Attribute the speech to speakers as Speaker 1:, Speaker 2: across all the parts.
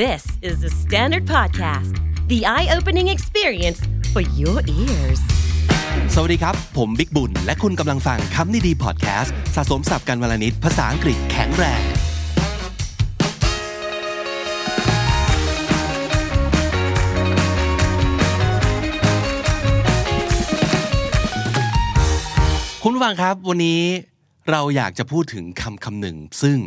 Speaker 1: This is the Standard Podcast, the eye opening experience for your ears.
Speaker 2: สวัสดีครับ ผมบิ๊กบุญ และคุณกำลังฟังคำนี้ดีพอดแคสต์สะสมสับการวลนิดภาษาอังกฤษแข็งแรง คุณผู้ฟังครับวันนี้เราอยากจะพูดถึงคำคำหนึ่ง ซึ่ง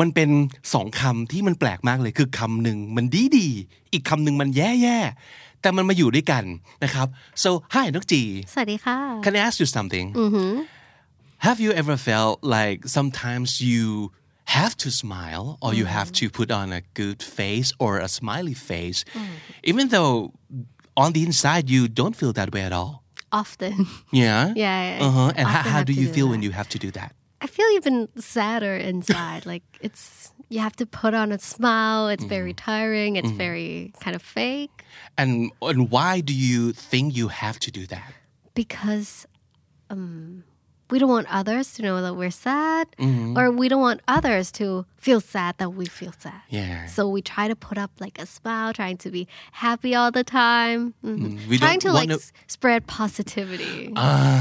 Speaker 2: มันเป็นสองคำที่มันแปลกมากเลยคือคำหนึ่งมันดีดีๆอีกคำหนึ่งมันแย่แย่ๆแต่มันมาอยู่ด้วยกันนะครับ so hi นกจี
Speaker 3: สวัสดีค่ะ
Speaker 2: Can I ask you something?
Speaker 3: Mm-hmm.
Speaker 2: Have you ever felt like sometimes you have to smile or you have to put on a good face or a smiley face,
Speaker 3: Mm.
Speaker 2: even though on the inside you don't feel that way at all?
Speaker 3: often
Speaker 2: Yeah.
Speaker 3: Yeah, I-
Speaker 2: Uh huh.
Speaker 3: I
Speaker 2: And how,
Speaker 3: often
Speaker 2: how
Speaker 3: have
Speaker 2: do
Speaker 3: to
Speaker 2: you
Speaker 3: do
Speaker 2: feel
Speaker 3: that.
Speaker 2: when you have to do that?
Speaker 3: I feel even sadder inside like it's you have to put on a smile it's very
Speaker 2: Mm-hmm.
Speaker 3: tiring it's very kind of fake
Speaker 2: And and why do you think you have to do that?
Speaker 3: because um we don't want others to know that we're sad
Speaker 2: Mm-hmm.
Speaker 3: or we don't want others to feel sad that we feel sad
Speaker 2: Yeah.
Speaker 3: so we try to put up like a smile trying to be happy all the time Mhm.
Speaker 2: We Mm-hmm. don't
Speaker 3: trying to like
Speaker 2: wanna-
Speaker 3: s- spread positivity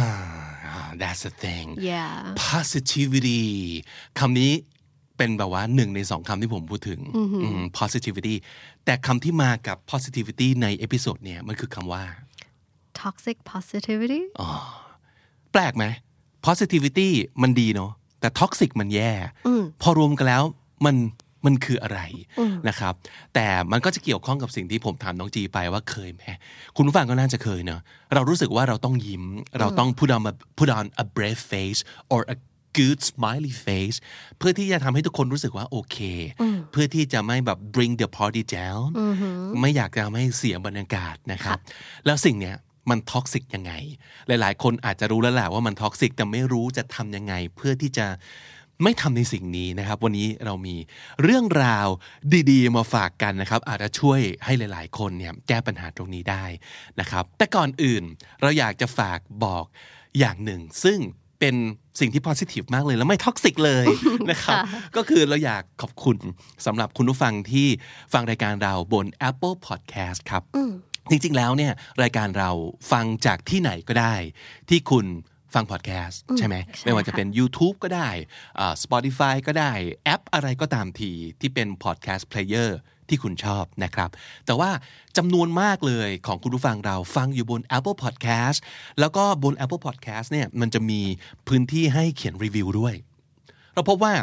Speaker 2: Ah, that's the thing.
Speaker 3: yeah
Speaker 2: positivity คำนี้เป็นแบบว่าหนึ่งในสองคำที่ผมพูดถึงอืม positivity แต่คำที่มากับ positivity ในเอพิโซดเนี่ยมันคือคำว่า
Speaker 3: toxic positivity
Speaker 2: แปลกไหม positivity มันดีเนาะแต่ toxic มันแย่ พอรวมกันแล้วมันมันคืออะไรนะครับ แต่มันก็จะเกี่ยวข้องกับสิ่งที่ผมถามน้องจีไปว่าเคยไหมคุณผู้ฟังก็น่าจะเคยเนอะเรารู้สึกว่าเราต้องยิ้ม เราต้อง put on a put on a brave face or a good smiley face เพื่อที่จะทำให้ทุกคนรู้สึกว่าโอเค เพื่อที่จะไม่แบบ bring the party down ไม่อยากจะทำให้เสียบรรยากาศนะครับ แล้วสิ่งเนี้ยมันท็อกซิกยังไง หลาย ๆ คนอาจจะรู้แล้วแหละว่ามันท็อกซิกแต่ไม่รู้จะทำยังไง เพื่อที่จะไม่ทำในสิ่งนี้นะครับ วันนี้เรามีเรื่องราวดีๆ มาฝากกันนะครับ อาจจะช่วยให้หลาย ๆ คนเนี่ยแก้ปัญหาตรงนี้ได้นะครับ แต่ก่อนอื่นเราอยากจะฝากบอกอย่างหนึ่ง ซึ่งเป็นสิ่งที่ positive มากเลย และไม่ท็อกซิกเลย นะครับ ก็คือเราอยากขอบคุณสำหรับคุณผู้ฟังที่ฟังรายการเราบน Apple Podcast ครับ จริง ๆ แล้วเนี่ยรายการเราฟังจากที่ไหนก็ได้ ที่คุณฟังพอดแคสต์ใช่ไหม
Speaker 3: ใช่
Speaker 2: ไม่ว่าจะ
Speaker 3: ค่ะ
Speaker 2: เป็น YouTube ก็ได้อ่า Spotify ก็ได้ แอปอะไรก็ตามที ที่เป็นพอดแคสต์เพลเยอร์ที่คุณชอบนะครับ แต่ว่าจำนวนมากเลยของคุณผู้ฟังเราฟังอยู่บน Apple Podcast แล้วก็บน Apple Podcast เนี่ยมันจะมีพื้นที่ให้เขียนรีวิวด้วย เราพบว่า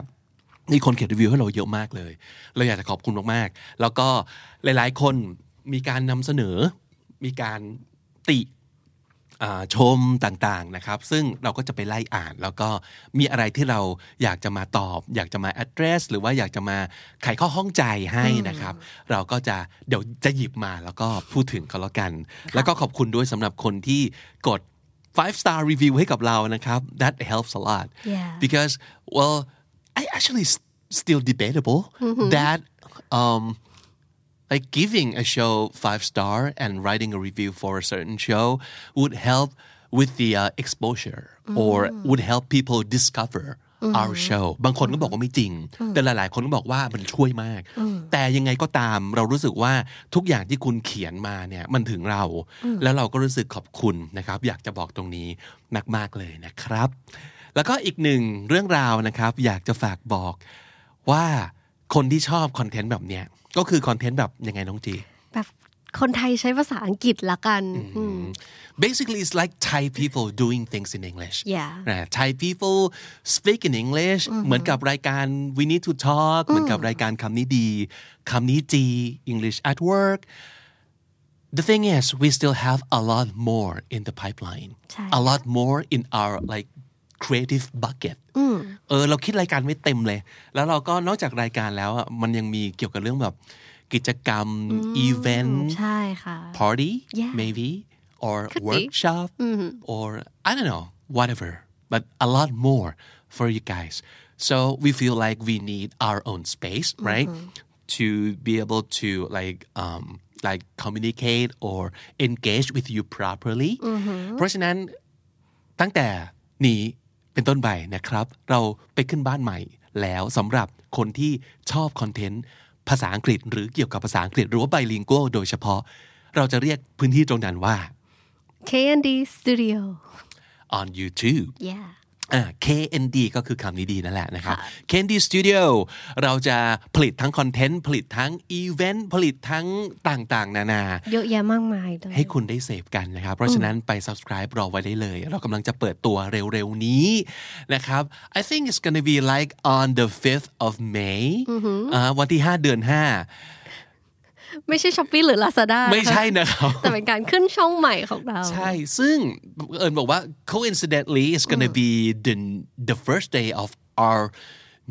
Speaker 2: มีคนเขียนรีวิวให้เราเยอะมากเลย เราอยากจะขอบคุณมากๆ แล้วก็หลายๆ คนมีการนำเสนอ มีการติอ่าชมต่างๆนะครับ ซึ่งเราก็จะไปไล่อ่าน แล้วก็มีอะไรที่เราอยากจะมาตอบ อยากจะมา address หรือว่าอยากจะมาไขข้อข้องใจให้นะครับ เราก็จะเดี๋ยวจะหยิบมาแล้วก็พูดถึงกันแล้วกัน แล้วก็ขอบคุณด้วยสำหรับคนที่กด five star review ให้กับเรานะครับ that helps a lot
Speaker 3: Yeah.
Speaker 2: because well i actually s- still debatable that um like giving a show five star and writing a review for a certain show would help with the uh, exposure or would help people discover our show บางคนก็บอกว่าไม่จริง แต่หลาย ๆ คนก็บอกว่ามันช่วยมาก แต่ยังไงก็ตามเรารู้สึกว่าทุกอย่างที่คุณเขียนมาเนี่ยมันถึงเรา แล้วเราก็รู้สึกขอบคุณนะครับ อยากจะบอกตรงนี้มาก ๆ เลยนะครับ แล้วก็อีกหนึ่งเรื่องราวนะครับ อยากจะฝากบอกว่าคนที่ชอบคอนเทนต์แบบเนี้ยก็คือคอนเทนต์แบบยังไงน้องจี
Speaker 3: แบบคนไทยใช้ภาษาอังกฤษละกันอืม
Speaker 2: basically it's like Thai people doing things in English
Speaker 3: Yeah.
Speaker 2: นะ Thai people speak in English เหมือนกับรายการ we need to talk เหมื Mm-hmm. อนกับรายการคำนี้ดีคำนี้จี English at work the thing is we still have a lot more in the pipeline
Speaker 3: ใช่
Speaker 2: a lot more in our like creative bucket เออเราคิดรายการไม่เต็มเลย แล้วเราก็นอกจากรายการแล้วอ่ะมันยังมีเกี่ยวกับเรื่องแบบกิจกรรม event
Speaker 3: ใช่ค่ะ
Speaker 2: party
Speaker 3: Yeah.
Speaker 2: maybe or
Speaker 3: be. Mm-hmm.
Speaker 2: workshop or I don't know whatever but a lot more for you guys so we feel like we need our own space
Speaker 3: Mm-hmm.
Speaker 2: right to be able to like um like communicate or engage with you properly
Speaker 3: Mm-hmm.
Speaker 2: เพราะฉะนั้น ตั้งแต่นี้เป็นต้นไปนะครับ เราไปขึ้นบ้านใหม่แล้วสำหรับคนที่ชอบคอนเทนต์ ภาษาอังกฤษ หรือเกี่ยวกับภาษาอังกฤษ หรือว่าไบลิงกัวโดยเฉพาะ เราจะเรียกพื้นที่ตรงนั้นว่า
Speaker 3: KND Studio.
Speaker 2: on YouTube
Speaker 3: Yeah.
Speaker 2: อ่า KND ก็คือคำนี้ดีนั่นแหละนะครับ KND Studio เราจะผลิตทั้งคอนเทนต์ ผลิตทั้งอีเวนต์ผลิตทั้งต่างๆ นานา
Speaker 3: เยอะแยะมากมายเลย
Speaker 2: ให้คุณได้เสพกันนะครับ เพราะฉะนั้นไป subscribe รอไว้ได้เลย เรากำลังจะเปิดตัวเร็วๆนี้นะครับ I think it's gonna be like on the 5th of May อ่าวันที่ 5 เดือน
Speaker 3: ไม่ใช่ช้อปปี้หรือ Lazada
Speaker 2: 5 ไม่ใช่
Speaker 3: นะ
Speaker 2: นะครับ
Speaker 3: แต่เป็นการขึ้นช่องใหม่ของเรา
Speaker 2: ใช่ ซึ่งบังเอิญบอกว่า coincidentally it's gonna be the the first day of our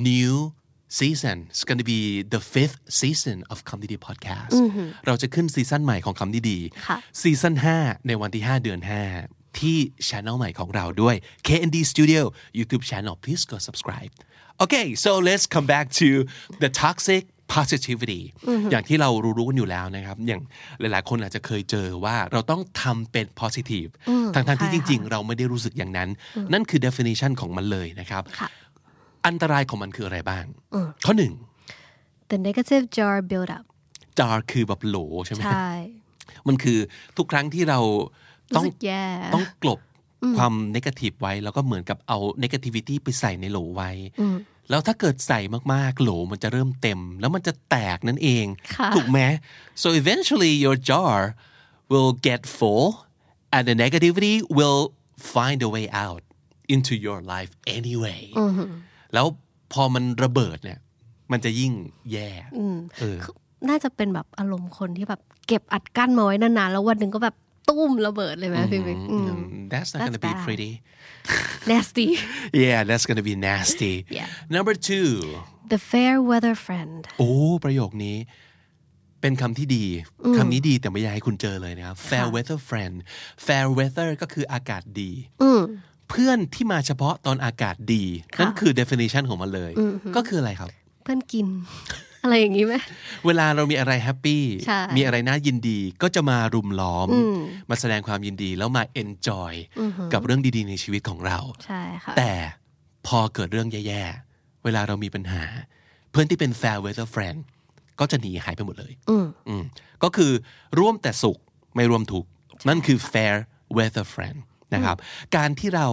Speaker 2: new season it's gonna be the fifth season of คำดีดี podcast เราจะขึ้นซีซั่นใหม่ของคำดีดี
Speaker 3: ค่ะ
Speaker 2: ซีซั่น5ในวันที่ 5 เดือน 5 ที่ช anel ใหม่ของเราด้วย KND Studio YouTube channel please go subscribe okay so let's come back to the toxic positivity อย่างที่เรารู้ๆกันอยู่แล้วนะครับ อย่างหลายๆ คนอาจจะเคยเจอว่าเราต้องทำเป็น positive ทั้งๆที่จริง ๆ เราไม่ได้รู้สึกอย่างนั้น นั่นคือ definition ของมันเลยนะครับ
Speaker 3: ค่ะ
Speaker 2: อันตรายของมันคืออะไรบ้าง ข้อหนึ่ง
Speaker 3: The negative jar build up
Speaker 2: จาคือแบบโหลใช่ไหม
Speaker 3: ใช่
Speaker 2: มันคือทุกครั้งที่เราต้
Speaker 3: รู้
Speaker 2: อง
Speaker 3: สึกแย่
Speaker 2: ต้องกลบความน g a t i v e ไว้ แล้วก็เหมือนกับเอา negativity ไปใส่ในโหลไว้ แล้วถ้าเกิดใส่มาก ๆ โหลมันจะเริ่มเต็ม แล้วมันจะแตกนั่นเอง
Speaker 3: ค่ะ
Speaker 2: ถูกไหม so eventually your jar will get full and the negativity will find a way out into your life anyway แล้วพอมันระเบิดเนี่ย มันจะยิ่งแย่เออ
Speaker 3: น่าจะเป็นแบบอารมณ์คนที่แบบเก็บอัดกั้นมาไว้นานๆ แล้ววันหนึ่งก็แบบตุ้มระเบิดเลยไหมพี่บิ๊กอืม
Speaker 2: that's not gonna be
Speaker 3: That's bad.
Speaker 2: pretty
Speaker 3: nasty
Speaker 2: yeah that's gonna be nasty
Speaker 3: Yeah.
Speaker 2: number two
Speaker 3: the fair weather friend
Speaker 2: โอ้ประโยคนี้เป็นคำที่ดีคำนี้ดีแต่ไม่อยากให้คุณเจอเลยนะครับ fair weather friend fair weather ก็คืออากาศดีเพื่อนที่มาเฉพาะตอนอากาศดี นั่นคือ definition ของมันเลย ก็คืออะไรครับ
Speaker 3: เพื่อนกิน อะไรอย่างนี้ไหม
Speaker 2: เวลาเรามีอะไรแฮปปี้
Speaker 3: ใช่
Speaker 2: มีอะไรน่ายินดีก็จะมารุมล้อม มาแสดงความยินดีแล้วมา enjoy กับเรื่องดีๆในชีวิตของเรา
Speaker 3: ใช่ค่ะ
Speaker 2: แต่พอเกิดเรื่องแย่ๆ เวลาเรามีปัญหา เพื่อนที่เป็น fair weather friend ก็จะหนีหายไปหมดเลยอืมก็คือร่วมแต่สุขไม่ร่วมทุกข์นั่นคือ fair weather friend นะครับ การที่เรา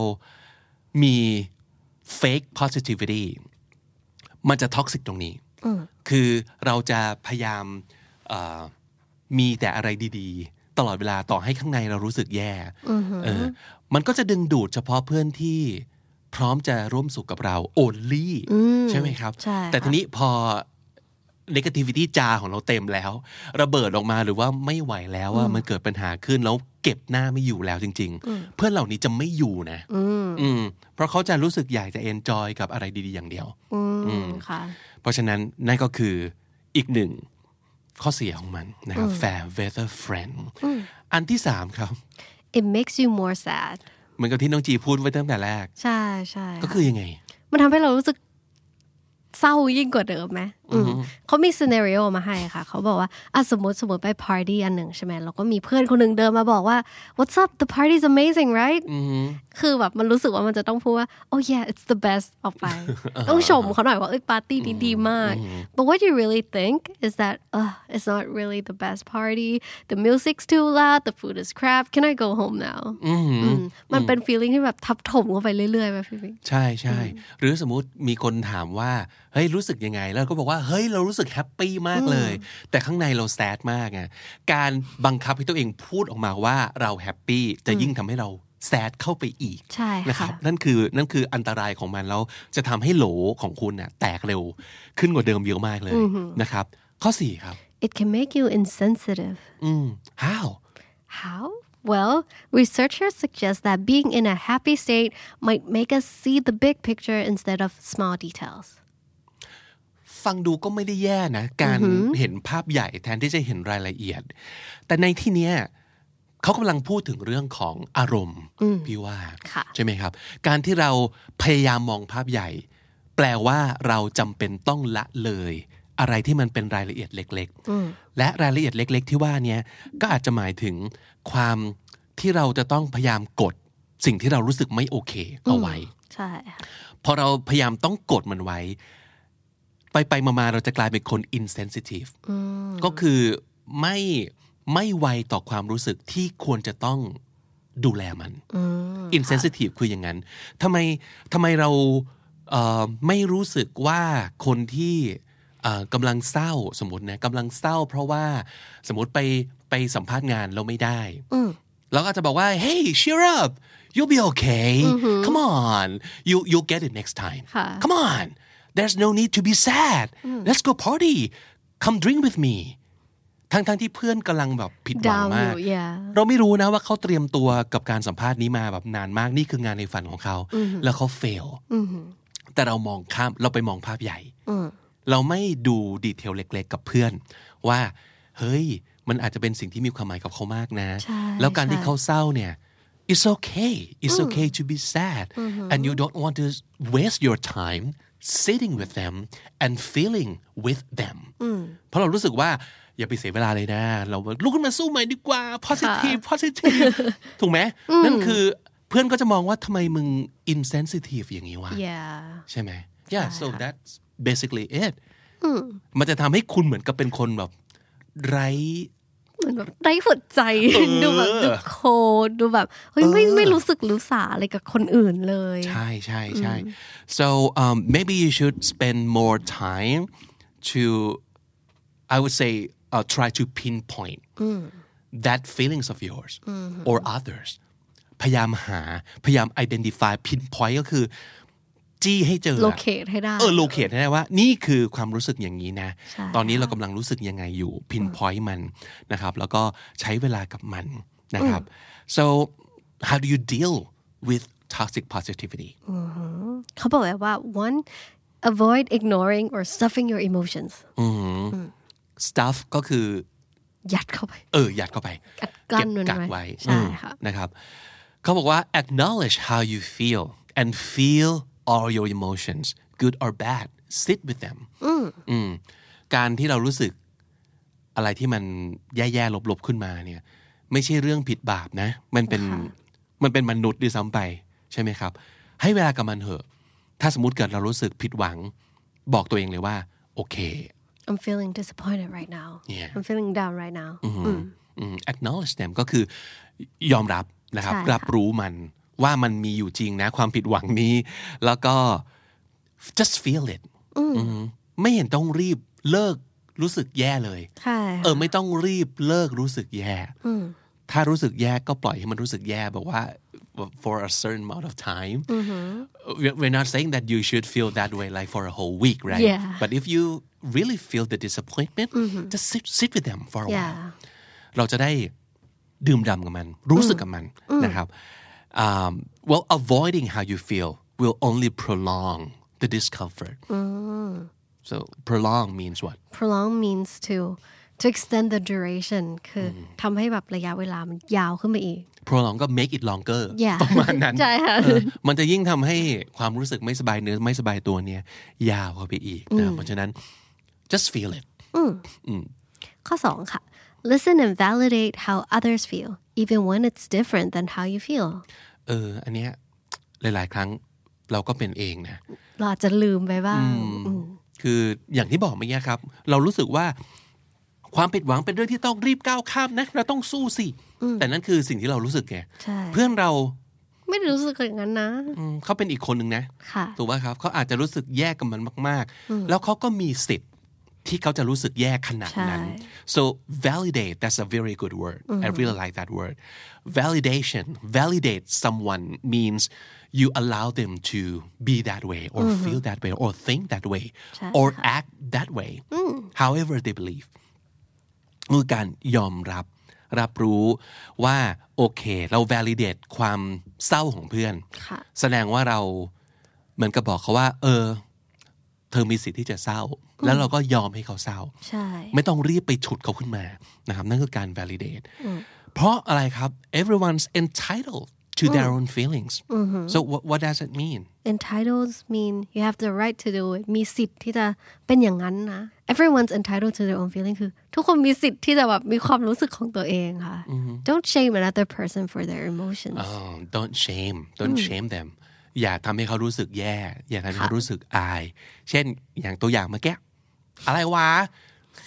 Speaker 2: มี fake positivity มันจะท็อกซิกตรงนี้ คือเราจะพยายามเอ่อมีแต่อะไรดีๆ ตลอดเวลาต่อให้ข้างในเรารู้สึกแย่เออมันก็จะดึงดูดเฉพาะเพื่อนที่พร้อมจะร่วมสุขกับเรา โอลลี่ใช่ไหมครับ
Speaker 3: ใช่ค่ะ
Speaker 2: แต่ทีนี้พอ negativity จาของเราเต็มแล้ว ระเบิดออกมาหรือว่าไม่ไหวแล้วว่ามันเกิดปัญหาขึ้นแล้วเก็บหน้าไม่อยู่แล้วจริง ๆ เพื่อนเหล่านี้จะไม่อยู่นะอืมเพราะเขาจะรู้สึกอยากจะ enjoy กับอะไรดีๆ อย่างเดียว
Speaker 3: อืมค่ะ
Speaker 2: เพราะฉะนั้นนั่นก็คืออีกหนึ่งข้อเสียของมันนะครับ fair weather friend อันที่สามครับ
Speaker 3: it makes you more sad
Speaker 2: เหมือนกับที่น้องจีพูดไว้ตั้งแต่แรก
Speaker 3: ใช่ใช่
Speaker 2: ก็คือยังไง
Speaker 3: มันทำให้เรารู้สึกเศร้ายิ่งกว่าเดิมไหมอืมเขามีซีเนเรียลมาให้ค่ะ เขาบอกว่าอ่ะสมมติสมมติไปปาร์ตี้อันหนึ่งใช่ไหมแล้วก็มีเพื่อนคนหนึ่งเดินมาบอกว่า what's up the party's amazing right คือแบบมันรู้สึกว่ามันจะต้องพูดว่า oh yeah it's the best ออกไป ต้องชมเขาหน่อยว่าเอ้ยปาร์ตี้นี้ดีมาก but what you really think is that uh, it's not really the best party the music's too loud the food is crap can I go home now อืมมันเป็น feeling ที่แบบทับถมเข้าไปเรื่อยๆไหมพี่บิ๊ก
Speaker 2: ใช่ใช่หรือสมมุติมีคนถามว่า เฮ้ย รู้สึกยังไง แล้วเราก็บอกว่า เฮ้ย เรารู้สึกแฮปปี้มากเลย แต่ข้างในเราแซดมากไงการบังคับให้ตัวเองพูดออกมาว่าเราแฮปปี้จะยิ่งทำให้เราแซดเข้าไปอีก
Speaker 3: ใช่ค่ะ
Speaker 2: นะครับนั่นคือนั่นคืออันตรายของมันแล้วจะทำให้โหลของคุณน่ะแตกเร็วขึ้นกว่าเดิมเยอะมากเลยนะครับ ข้อสี่ครับ
Speaker 3: It can make you insensitive.
Speaker 2: อืม how
Speaker 3: How? Well, researchers suggest that being in a happy state might make us see the big picture instead of small details.
Speaker 2: ฟังดูก็ไม่ได้แย่นะ การเห็นภาพใหญ่แทนที่จะเห็นรายละเอียด แต่ในที่เนี้ยเขากำลังพูดถึงเรื่องของอารมณ์พี่ว่า
Speaker 3: ค่ะ
Speaker 2: ใช่ไหมครับ การที่เราพยายามมองภาพใหญ่ แปลว่าเราจำเป็นต้องละเลย อะไรที่มันเป็นรายละเอียดเล็ก ๆ และรายละเอียดเล็ก ๆ ที่ว่าเนี้ยก็อาจจะหมายถึงความที่เราจะต้องพยายามกดสิ่งที่เรารู้สึกไม่โอเคเอาไว้
Speaker 3: ใช่ค่ะ
Speaker 2: พอเราพยายามต้องกดมันไว้ ไปไปๆมาๆเราจะกลายเป็นคน insensitive ก็คือไม่ไม่ไวต่อความรู้สึกที่ควรจะต้องดูแลมัน insensitive คืออย่างนั้นทำไมทำไมเราเอ่อไม่รู้สึกว่าคนที่เอ่อกำลังเศร้าสมมตินะกำลังเศร้า เพราะว่าสมมติไปไปสัมภาษณ์งานเราไม่ได้ เราก็จะบอกว่า hey cheer up you'll be okay come on you you'll get it next time
Speaker 3: ค่ะ
Speaker 2: come on there's no need to be sad let's go party come drink with me ทั้งทั้งๆที่เพื่อนกำลังแบบผิดหวัง
Speaker 3: Down
Speaker 2: มา
Speaker 3: อก ยู่ yeah
Speaker 2: เราไม่รู้นะว่าเขาเตรียมตัวกับการสัมภาษณ์นี้มาแบบนานมากนี่คืองานในฝันของเขา แล้วเขาเฟลแต่เรามองข้ามเราไปมองภาพใหญ่ เราไม่ดูดีเทลเล็ก ๆ กับเพื่อน ว่า เฮ้ย มันอาจจะเป็นสิ่งที่มีความหมายกับเขามากนะ
Speaker 3: ใช่
Speaker 2: แล้วการที่
Speaker 3: ใช่
Speaker 2: เขาเศร้าเนี่ย it's okay it's okay to be sad and you don't want to waste your time sitting with them and feeling with them เพราะเรารู้สึกว่าอย่าไปเสียเวลาเลยนะ เราลุกขึ้นมาสู้ใหม่ดีกว่า positive positive ถูกไหม นั่นคือเพื่อนก็จะมองว่าทำไมมึง insensitive อย่างนี้วะ
Speaker 3: yeah
Speaker 2: ใช่ไหม yeah so that's basically it มันจะทำให้คุณเหมือนกับเป็นคนแบบไร้
Speaker 3: เหมือนแบบ ไร้หัว ใจ ดูแบบดูโคดดูแบบเฮ้ยไม่ไม่รู้สึกรู้สาอะไรกับคนอื่นเลย
Speaker 2: ใช่ใช่ใช่ so um, maybe you should spend more time to I would say uh, try to pinpoint that feelings of yours or others พยายามหา พยายาม identify pinpoint ก็คือ จี้ให้เจอ
Speaker 3: โลเคทให้ได้
Speaker 2: เออโลเคทได้ว่านี่คือความรู้สึกอย่างนี้นะ
Speaker 3: ใช่
Speaker 2: ตอนนี้เรากำลังรู้สึกยังไงอยู่พินพอยต์มันนะครับ แล้วก็ใช้เวลากับมันนะครับ so how do you deal with toxic positivity
Speaker 3: เขาบอกไว้ว่า one avoid ignoring or stuffing your emotions
Speaker 2: stuff ก็คือ
Speaker 3: ยัดเข้าไป
Speaker 2: เออยัดเข้าไป
Speaker 3: อัดกลั้น
Speaker 2: เบ
Speaker 3: มัน
Speaker 2: กัก
Speaker 3: ไว้
Speaker 2: ไว้
Speaker 3: ใช่
Speaker 2: อืม
Speaker 3: ค่ะ
Speaker 2: นะครับเขาบอกว่า acknowledge how you feel and feel all your emotions good or bad sit with them อืมการที่เรารู้สึกอะไรที่มันแย่ๆลบๆขึ้นมาเนี่ย ไม่ใช่เรื่องผิดบาปนะ มันเป็นมันเป็นมนุษย์ด้วยซ้ำไป ใช่ไหมครับ ให้เวลากับมันเถอะ ถ้าสมมติเกิดเรารู้สึกผิดหวัง บอกตัวเองเลยว่า โอเค
Speaker 3: I'm feeling disappointed right now
Speaker 2: Yeah.
Speaker 3: I'm feeling down right now
Speaker 2: อืม acknowledge them ก็คือยอมรับนะครับ
Speaker 3: ใช่ค่ะ
Speaker 2: รับรู้มันว่ามันมีอยู่จริงนะ ความผิดหวังนี้ แล้วก็ just feel it อืมไม่เห็นต้องรีบเลิกรู้สึกแย่เลย
Speaker 3: ใช่
Speaker 2: เออ ไม่ต้องรีบเลิกรู้สึกแย่ ถ้ารู้สึกแย่ก็ปล่อยให้มันรู้สึกแย่แบบว่า for a certain amount of time We're- we're not saying that you should feel that way like for a whole week right
Speaker 3: Yeah.
Speaker 2: but if you really feel the disappointment just sit sit with them for a
Speaker 3: อย่า
Speaker 2: while เราจะได้ดื่มด่ำกับมัน รู้สึกกับมันนะครับ Um, well avoiding how you feel will only prolong the discomfort so prolong means what
Speaker 3: prolong means to to extend the duration คืออทำให้แบบระยะเวลามันยาวขึ้นไปอีก
Speaker 2: prolong ก็ make it longer
Speaker 3: Yeah
Speaker 2: ประมาณนั้น
Speaker 3: ใช่ค่ะ
Speaker 2: เออมันจะยิ่งทำให้ความรู้สึกไม่สบายเนื้อไม่สบายตัวเนี่ย ยาวเข้าไปอีกนะเพราะฉะนั้น just feel it
Speaker 3: ข้อสองค่ะ listen and validate how others feel even when it's different than how you feel
Speaker 2: เออ อันเนี้ยหลาย ๆ ครั้งเราก็เป็นเองนะ
Speaker 3: เราอาจจะลืมไปบ้างอืม
Speaker 2: คืออย่างที่บอกเมื่อกี้ครับ เรารู้สึกว่าความผิดหวังเป็นเรื่องที่ต้องรีบก้าวข้ามนะ เราต้องสู้สิ แต่นั่นคือสิ่งที่เรารู้สึกไง
Speaker 3: ใช่
Speaker 2: เพื่อนเรา
Speaker 3: ไม่ได้รู้สึกอย่างนั้นนะ
Speaker 2: อืมเขาเป็นอีกคนหนึ่งนะ
Speaker 3: ค่ะ
Speaker 2: ถูกไหมครับ เขาอาจจะรู้สึกแย่กับมันมาก ๆ แล้วเขาก็มีสิทธิ์ที่เขาจะรู้สึกแย่ขนาดนั้น
Speaker 3: ใช่
Speaker 2: so validate that's a very good word I really like that word validation validate someone means you allow them to be that way or feel that way or think that way
Speaker 3: ใช่
Speaker 2: or act that way however they believe คือการยอมรับรับรู้ว่า โอเค เรา validate ความเศร้าของเพื่อน
Speaker 3: ค่ะ
Speaker 2: แสดงว่าเราเหมือนกับบอกเขาว่า เออ เธอมีสิทธิ์ที่จะเศร้า แล้วเราก็ยอมให้เขาเศร้า
Speaker 3: ใช่
Speaker 2: ไม่ต้องรีบไปฉุดเขาขึ้นมานะครับนั่นคือการ validate เพราะอะไรครับ everyone's entitled to their own feelings so what, what does it mean
Speaker 3: entitled mean you have the right to do it มีสิทธิ์ที่จะเป็นอย่างนั้นนะ everyone's entitled to their own feeling คือ ทุกคนมีสิทธิ์ที่จะแบบมีความรู้สึกของตัวเอง
Speaker 2: Uh-huh.
Speaker 3: ค่ะ don't shame another person for their emotions
Speaker 2: Oh, don't shame. Don't shame them. อย่าทำให้เขารู้สึกแย่ อย่าทำให้เขารู้สึกอาย เช่นอย่างตัวอย่างเมื่อกี้อะไรวะ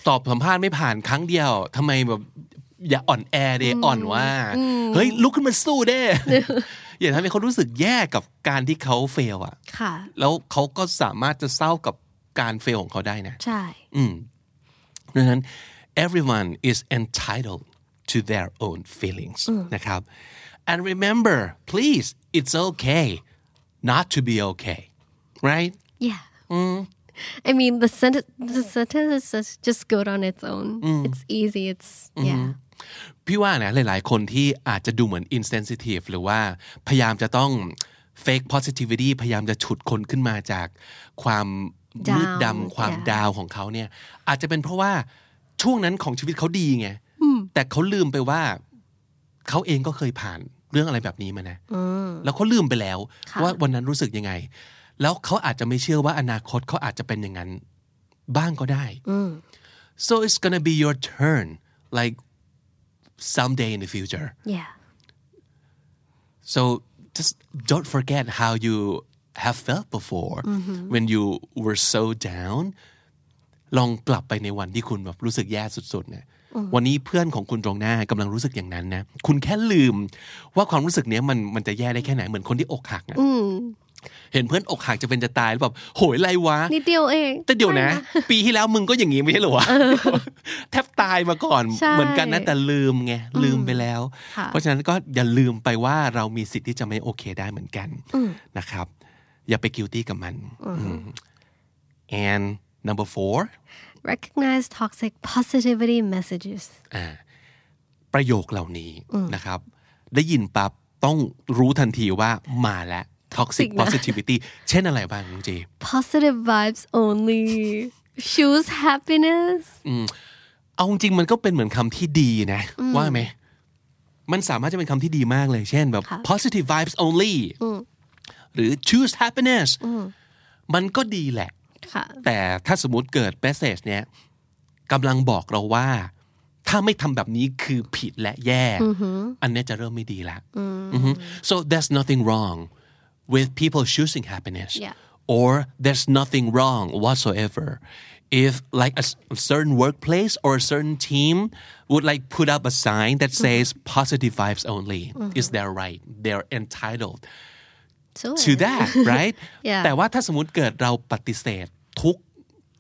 Speaker 2: สอบสัมภาษณ์ไม่ผ่านครั้งเดียวทำไมแบบอย่าอ่อนแอเดอ่อนว่า เฮ้ย ลุกขึ้นมาสู้ เด้ อย่าทำให้เขารู้สึกแย่กับการที่เขาเฟลอะ
Speaker 3: ค่ะ
Speaker 2: แล้วเขาก็สามารถจะเศร้ากับการเฟลของเขาได้นะ
Speaker 3: ใช่
Speaker 2: อืมดังนั้น everyone is entitled to their own feelings นะครับ and remember please it's okay not to be okay right
Speaker 3: yeah
Speaker 2: Mm.
Speaker 3: I mean the sentence the sentence is just good on its own
Speaker 2: Mm.
Speaker 3: it's easy it's
Speaker 2: Mm-hmm.
Speaker 3: yeah
Speaker 2: พี่ว่านะหลายๆ คนที่อาจจะดูเหมือน insensitive หรือว่าพยายามจะต้อง fake positivity พยายามจะฉุดคนขึ้นมาจากความมืด
Speaker 3: Down
Speaker 2: ดำความ
Speaker 3: yeah
Speaker 2: ดาวของเขาเนี่ย อาจจะเป็นเพราะว่าช่วงนั้นของชีวิตเขาดีไง แต่เขาลืมไปว่า เขาเองก็เคยผ่านเรื่องอะไรแบบนี้มานะ แล้วเขาลืมไปแล้ว
Speaker 3: ค่ะ
Speaker 2: ว่าวันนั้นรู้สึกยังไง แล้วเขาอาจจะไม่เชื่อว่าอนาคตเขาอาจจะเป็นอย่างนั้น บ้างก็ได้ so it's gonna be your turn like someday in the future
Speaker 3: yeah
Speaker 2: So just don't forget how you have felt before when you were so down ลองกลับไปในวันที่คุณแบบรู้สึกแย่สุดๆเนี่ยวันนี้เพื่อนของคุณตรงหน้ากำลังรู้สึกอย่างนั้นนะ คุณแค่ลืม ว่าความรู้สึกเนี้ยมันมันจะแย่ได้แค่ไหนเหมือนคนที่อกหักอะเห็นเพื่อนอกหักจะเป็นจะตายแล้วแบบโหยไรวะ
Speaker 3: นิดเดียวเอง
Speaker 2: แต่เดี๋ยวนะ ปีที่แล้วมึงก็อย่างนี้ไม่ใช่เหรอวะแทบตายมาก่อน
Speaker 3: ใช่
Speaker 2: เหมือนกันนะแต่ลืมไงลืมไปแล้ว
Speaker 3: ค่ะ
Speaker 2: เพราะฉะนั้นก็อย่าลืมไปว่าเรามีสิทธิ์ที่จะไม่โอเคได้เหมือนกันนะครับ อย่าไปกิลตี้กับมันอืม and number four
Speaker 3: recognize toxic positivity messages
Speaker 2: อ่าประโยคเหล่านี้นะครับ ได้ยินปั๊บต้องรู้ทันทีว่ามาแล้ว toxic positivity เช่นอะไรบ้างน้องเจ
Speaker 3: positive vibes only choose happiness
Speaker 2: เอาจริงๆมันก็เป็นเหมือนคำที่ดีนะ ว่าไหม มันสามารถจะเป็นคำที่ดีมากเลย เช่นแบบ positive vibes only หรือ choose happiness มันก็ดีแหละ
Speaker 3: ค่ะ
Speaker 2: แต่ถ้าสมมติเกิด message เนี้ยกำลังบอกเราว่า ถ้าไม่ทำแบบนี้คือผิดและแย่ อันเนี้ยจะเริ่มไม่ดีละอือฮึ so there's nothing wrong with people choosing happiness
Speaker 3: Yeah.
Speaker 2: or there's nothing wrong whatsoever if like a, s- a certain workplace or a certain team would like put up a sign that says positive vibes only is their right they're entitled
Speaker 3: So
Speaker 2: to that right
Speaker 3: Yeah.
Speaker 2: แต่ว่าถ้าสมมติเกิดเราปฏิเสธทุก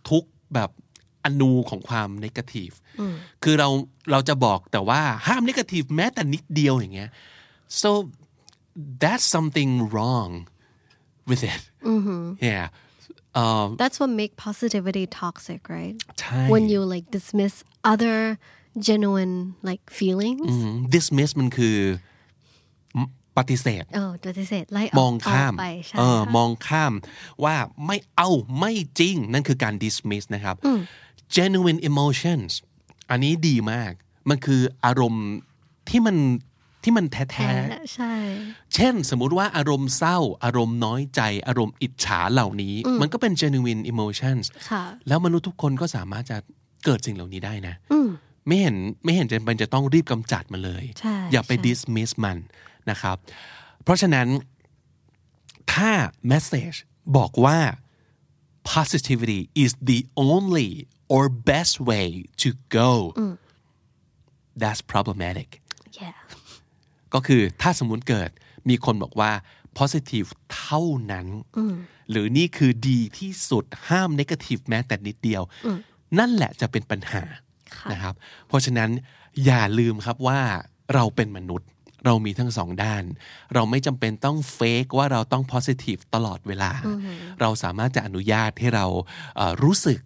Speaker 2: ทุกแบบอนูของความน g a t i v e คือเราเราจะบอกแต่ว่าห้ามน g a t i v e แม้แต่นิดเดียวอย่างเงี้ย so that's something wrong with it yeah um,
Speaker 3: that's what make positivity toxic right
Speaker 2: ใช่
Speaker 3: when you like dismiss other genuine like feelings
Speaker 2: อืม dismiss มันคือปฏิเสธ
Speaker 3: เออปฏิเสธไล่ก
Speaker 2: มองข้าม
Speaker 3: กไปใช่
Speaker 2: เออ
Speaker 3: ค่ะ
Speaker 2: มองข้ามว่าไม่เอาไม่จริง นั่นคือการ dismiss นะครับ genuine emotions อันนี้ดีมาก มันคืออารมณ์ที่มันที่มันแท้
Speaker 3: ใช่
Speaker 2: ๆ เช่นสมมุติว่าอารมณ์เศร้า อารมณ์น้อยใจ อารมณ์อิจฉาเหล่านี้ มันก็เป็น genuine emotions
Speaker 3: ค่ะ
Speaker 2: แล้วมนุษย์ทุกคนก็สามารถจะเกิดสิ่งเหล่านี้ได้นะไม่เห็นไม่เห็นจำเป็นจะต้องรีบกำจัดมันเลย
Speaker 3: ใช่
Speaker 2: อย่าไป
Speaker 3: ใช่
Speaker 2: dismiss มันนะครับ เพราะฉะนั้นถ้า message บอกว่า positivity is the only or best way to go that's problematic
Speaker 3: yeah
Speaker 2: ก็คือถ้าสมมุติเกิดมีคนบอกว่า positive เท่านั้น หรือนี่คือดีที่สุดห้าม negative แม้แต่นิดเดียว นั่นแหละจะเป็นปัญหานะครับ เพราะฉะนั้นอย่าลืมครับว่าเราเป็นมนุษย์ เรามีทั้งสองด้าน เราไม่จำเป็นต้องเฟกว่าเราต้อง positive ตลอดเวลา เราสามารถจะอนุญาตให้เราเอ่อรู้สึก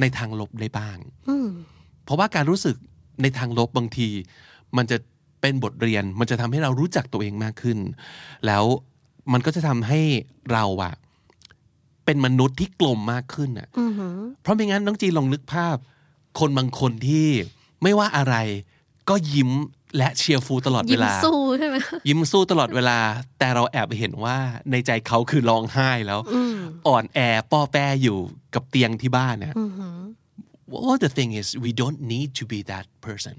Speaker 2: ในทางลบได้บ้าง เพราะว่าการรู้สึกในทางลบบางที มันจะเป็นบทเรียนมันจะทำให้เรารู้จักตัวเองมากขึ้น แล้วมันก็จะทำให้เราอะเป็นมนุษย์ที่กลมมากขึ้นอะเพราะไม่งั้นน้องจีลองนึกภาพ คนบางคนที่ไม่ว่าอะไร ก็ยิ้มและเชียร์ฟูลตลอดเว
Speaker 3: ยิ้ม
Speaker 2: ลาย
Speaker 3: สู้ใช่ไหม
Speaker 2: ยิ้มสู้ตลอดเวลา แต่เราแอบเห็นว่าในใจเขาคือร้องไห้แล้ว อ่อนแอป้อแป้อยู่กับเตียงที่บ้านนะ Well, the thing is, we don't need to be that person.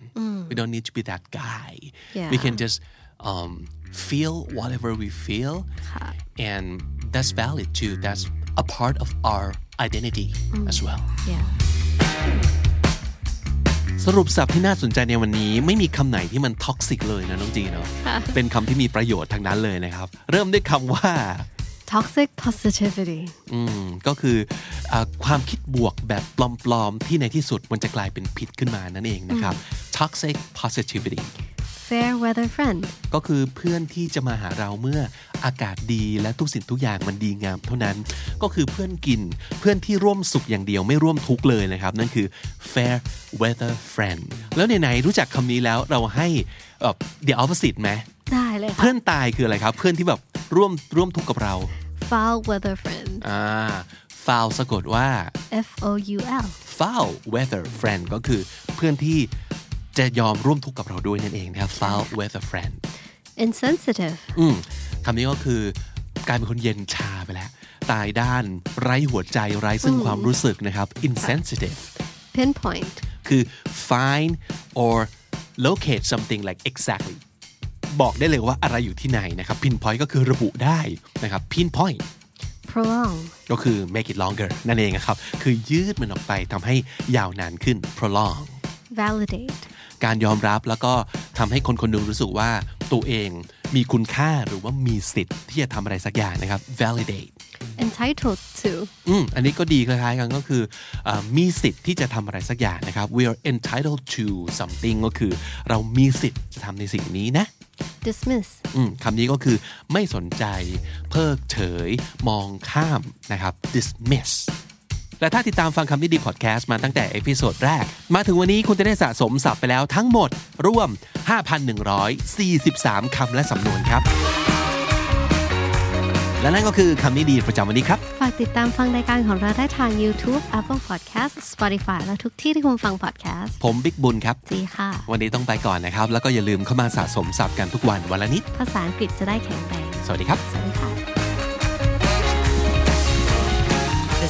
Speaker 2: We don't need to be that guy.
Speaker 3: Yeah.
Speaker 2: We can just um, feel whatever we feel, and that's valid too that's a part of our identity as well
Speaker 3: yeah
Speaker 2: สรุปสับที่น่าสนใจในวันนี้ไม่มีคำไหนที่มันท็อกซิกเลยนะน้องจีเนาะเป็นคำที่มีประโยชน์ทางนั้นเลยนะครับ เริ่มด้วยคำว่า
Speaker 3: toxic positivity
Speaker 2: อืมก็คือเออความคิดบวกแบบปลอม ๆ ที่ในที่สุดมันจะกลายเป็นพิษขึ้นมานั่นเองนะครับ toxic positivity
Speaker 3: fair weather friend
Speaker 2: ก็คือเพื่อนที่จะมาหาเราเมื่ออากาศดีและทุกสิ่งทุกอย่างมันดีงามเท่านั้น ก็คือเพื่อนกินเพื่อนที่ร่วมสุขอย่างเดียวไม่ร่วมทุกข์เลยนะครับ นั่นคือ fair weather friend แล้วไหนๆรู้จักคำนี้แล้วเราให้เอ่อ the opposite ไหม
Speaker 3: ได้เลยค่ะ
Speaker 2: เพื่อนตายคืออะไรครับ เพื่อนที่แบบร่วมร่วมทุกข์กับเรา
Speaker 3: foul weather friend
Speaker 2: อ่า foul สะกดว่า
Speaker 3: F O U L
Speaker 2: foul weather friend ก็คือเพื่อนที่จะยอมร่วมทุกข์กับเราด้วยนั่นเองนะครับ foul weather friend
Speaker 3: insensitive
Speaker 2: อืมคำนี้ก็คือกลายเป็นคนเย็นชาไปแล้ว ตายด้านไร้หัวใจไร้ซึ่งความรู้สึกนะครับ insensitive
Speaker 3: pinpoint
Speaker 2: คือ find or locate something like exactly บอกได้เลยว่าอะไรอยู่ที่ไหนนะครับ pinpoint ก็คือระบุได้นะครับ pinpoint
Speaker 3: prolong
Speaker 2: ก็คือ make it longer นั่นเองนะครับ คือยืดมันออกไปทำให้ยาวนานขึ้น prolong
Speaker 3: validate
Speaker 2: การยอมรับแล้วก็ทำให้คนคนหนึงรู้สึกว่าตัวเองมีคุณค่าหรือว่ามีสิทธิ์ที่จะทำอะไรสักอย่างนะครับ validate
Speaker 3: entitled to
Speaker 2: อืมอันนี้ก็ดีคล้ายๆกันก็คือเออมีสิทธิ์ที่จะทำอะไรสักอย่างนะครับ we are entitled to something ก็คือ เรามีสิทธิ์จะทำในสิ่งนี้นะ
Speaker 3: dismiss
Speaker 2: อืมคำนี้ก็คือไม่สนใจ เพิกเฉย มองข้ามนะครับ dismiss และถ้าติดตามฟังคำนี้ดีพอดแคสต์มาตั้งแต่เอพิโซดแรก มาถึงวันนี้คุณจะได้สะสมศัพท์ไปแล้วทั้งหมดรวม 5,143 คำและสำนวนครับ และนั่นก็คือคำนี้ดีประจำวันนี้ครับ
Speaker 3: ฝากติดตามฟังรายการของเราได้ทาง YouTube Apple Podcast Spotify และทุกที่ที่คุณฟัง podcast
Speaker 2: ผมบิ๊กบุญครับ
Speaker 3: จีค่ะ
Speaker 2: วันนี้ต้องไปก่อนนะครับ แล้วก็อย่าลืมเข้ามาสะสมศัพท์กันทุกวันวันละนิด
Speaker 3: ภาษาอังกฤษจะได้แข็งแรง
Speaker 2: สวัสดีครับ
Speaker 3: สวัสดีค่ะ
Speaker 1: The